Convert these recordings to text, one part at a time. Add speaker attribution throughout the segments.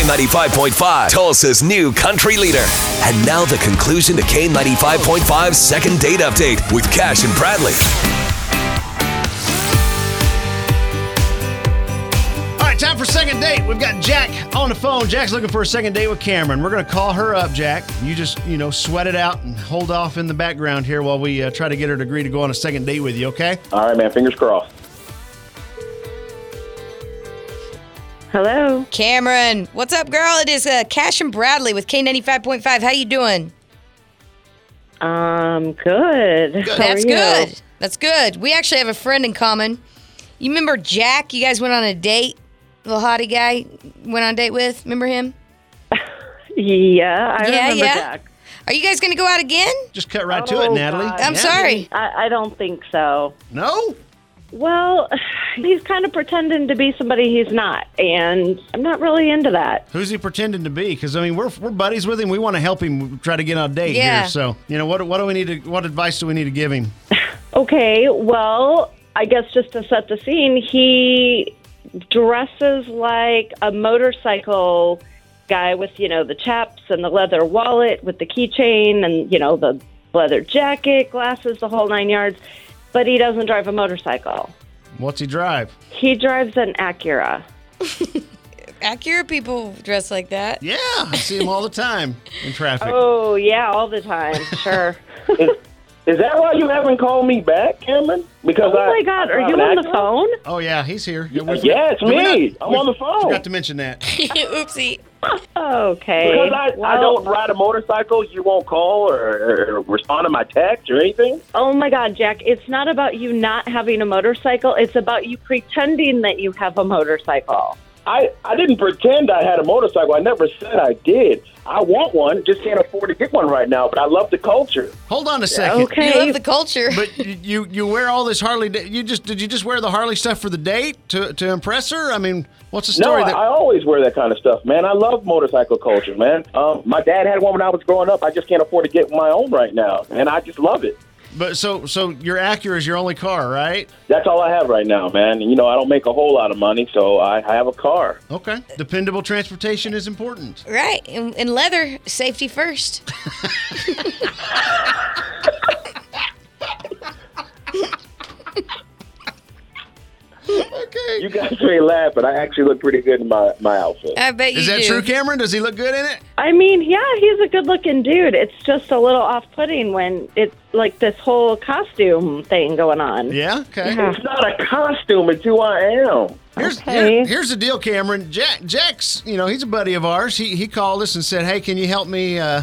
Speaker 1: K95.5, Tulsa's new country leader. And now the conclusion to K95.5's second date update with Cash and Bradley.
Speaker 2: All right, time for second date. We've got Jack on the phone. Jack's looking for a second date with Cameron. We're going to call her up, Jack. You just, you know, sweat it out and hold off in the background here while we uh, try to get her to agree to go on a second date with you, okay?
Speaker 3: All right, man. Fingers crossed.
Speaker 4: Hello.
Speaker 5: Cameron, what's up, girl? It is uh, Cash and Bradley with K95.5. How you doing?
Speaker 4: Um, good. How
Speaker 5: That's
Speaker 4: are you?
Speaker 5: good. That's good. We actually have a friend in common. You remember Jack? You guys went on a date. Little hottie guy went on a date with. Remember him?
Speaker 4: Yeah, I
Speaker 5: Yeah,
Speaker 4: remember
Speaker 5: yeah.
Speaker 4: Jack.
Speaker 5: Are you guys going to go out again?
Speaker 2: Just cut right to it,
Speaker 4: Oh,
Speaker 2: Natalie.
Speaker 4: God.
Speaker 5: I'm
Speaker 2: Yeah.
Speaker 5: sorry.
Speaker 4: I, I don't think so.
Speaker 2: No?
Speaker 4: Well, he's kind of pretending to be somebody he's not, and I'm not really into that.
Speaker 2: Who's he pretending to be? Because I mean, we're, we're buddies with him. We want to help him try to get on a date
Speaker 5: Yeah.
Speaker 2: here. So, you know, what what do we need to? What advice do we need to give him?
Speaker 4: Okay, well, I guess just to set the scene, he dresses like a motorcycle guy with, you know, the chaps and the leather wallet with the keychain and, you know, the leather jacket, glasses, the whole nine yards, but he doesn't drive a motorcycle.
Speaker 2: What's he drive?
Speaker 4: He drives an Acura.
Speaker 5: Acura people dress like that.
Speaker 2: Yeah, I see him all the time in traffic.
Speaker 4: Oh, yeah, all the time. Sure.
Speaker 3: Is, is that why you haven't called me back, Cameron? Because
Speaker 4: oh,
Speaker 3: I,
Speaker 4: my God.
Speaker 3: I
Speaker 4: Are you
Speaker 3: found
Speaker 4: on the
Speaker 3: out-
Speaker 4: phone?
Speaker 2: Oh yeah, he's here. Yeah, we-
Speaker 3: Yeah, it's
Speaker 2: did we
Speaker 3: me.
Speaker 2: not-
Speaker 3: I'm on the phone.
Speaker 2: Forgot to mention that.
Speaker 5: Oopsie.
Speaker 4: Oh, Okay.
Speaker 3: Because I, I
Speaker 4: Well-
Speaker 3: don't ride a motorcycle, you won't call or, or respond to my text or anything.
Speaker 4: Oh my God, Jack, it's not about you not having a motorcycle. It's about you pretending that you have a motorcycle.
Speaker 3: I, I didn't pretend I had a motorcycle. I never said I did. I want one, just can't afford to get one right now. But I love the culture.
Speaker 2: Hold on a second.
Speaker 5: You
Speaker 4: Okay.
Speaker 5: love the culture.
Speaker 2: But you- you you wear all this Harley. da- You just did you just wear the Harley stuff for the date to to impress her? I mean, what's the story?
Speaker 3: no,
Speaker 2: that,
Speaker 3: I always wear that kind of stuff, man. I love motorcycle culture, man. Um, my dad had one when I was growing up. I just can't afford to get my own right now, and I just love it.
Speaker 2: but so so your Acura is your only car, right?
Speaker 3: That's all I have right now, man. And, you know, I don't make a whole lot of money, so I have a car.
Speaker 2: Okay. Dependable transportation is important.
Speaker 5: right. And, and leather, safety first.
Speaker 2: Okay.
Speaker 3: You guys may laugh, but I actually look pretty good in my, my outfit.
Speaker 5: I bet you
Speaker 2: is that
Speaker 5: do.
Speaker 2: true, Cameron? Does he look good in it?
Speaker 4: I mean, yeah, he's a good looking dude. It's just a little off putting when it's like this whole costume thing going on.
Speaker 2: Yeah. Okay.
Speaker 4: Uh-huh.
Speaker 3: It's not a costume, it's who I am.
Speaker 2: Here's
Speaker 4: Okay.
Speaker 2: here- here's the deal, Cameron. Jack Jack's, you know, he's a buddy of ours. He he called us and said, "Hey, can you help me?" Uh,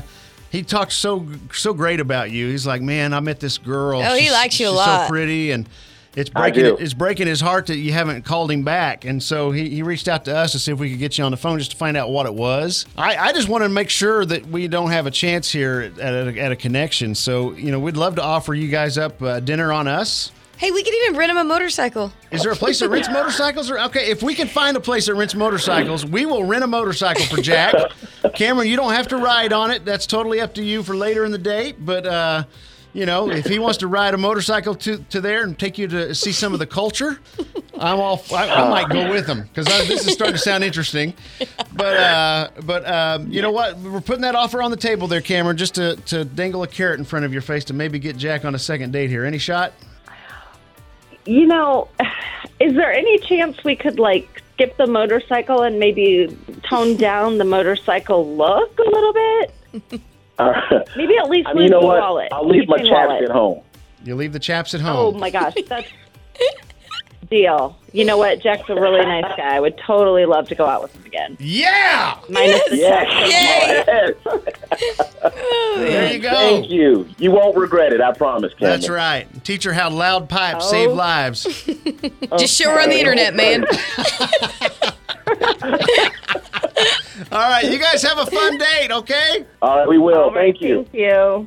Speaker 2: he talked so so great about you. He's like, "Man, I met this girl.
Speaker 5: Oh, he likes you a
Speaker 2: she's
Speaker 5: lot."
Speaker 2: So pretty and." It's
Speaker 3: I
Speaker 2: breaking
Speaker 3: do.
Speaker 2: it's breaking his heart that you haven't called him back. And so he, he reached out to us to see if we could get you on the phone just to find out what it was. I, I just want to make sure that we don't have a chance here at, at, a, at a connection. So, you know, we'd love to offer you guys up uh, dinner on us.
Speaker 5: Hey, we could even rent him a motorcycle.
Speaker 2: Is there a place that rents motorcycles? Or okay, if we can find a place that rents motorcycles, we will rent a motorcycle for Jack. Cameron, you don't have to ride on it. That's totally up to you for later in the date. But uh, you know, if he wants to ride a motorcycle to, to there and take you to see some of the culture, I'm all I, I might go with him because this is starting to sound interesting. But uh, but um, you know what? We're putting that offer on the table there, Cameron, just to to dangle a carrot in front of your face to maybe get Jack on a second date here. Any shot?
Speaker 4: You know, is there any chance we could like skip the motorcycle and maybe tone down the motorcycle look a little bit? Maybe at least
Speaker 3: Uh, I
Speaker 4: leave
Speaker 3: mean, you know
Speaker 4: the
Speaker 3: what?
Speaker 4: wallet.
Speaker 3: I'll leave my
Speaker 4: Keychain
Speaker 3: chaps
Speaker 4: wallet.
Speaker 3: at home.
Speaker 2: You leave the chaps at
Speaker 4: Oh
Speaker 2: home.
Speaker 4: my gosh, that's deal. You know what? Jack's a really nice guy. I would totally love to go out with him again.
Speaker 2: Yeah.
Speaker 4: Minus the
Speaker 3: Yes.
Speaker 5: Yay.
Speaker 3: yes.
Speaker 4: Oh.
Speaker 2: There you go.
Speaker 3: Thank you. You won't regret it, I promise, Cameron.
Speaker 2: That's right. Teach her how loud pipes save
Speaker 4: Oh.
Speaker 2: lives. Oh,
Speaker 5: Just show her on the internet, man.
Speaker 2: All right, you guys have a fun date, okay?
Speaker 3: All right, we will.
Speaker 4: All right,
Speaker 3: Thank you.
Speaker 4: Thank you.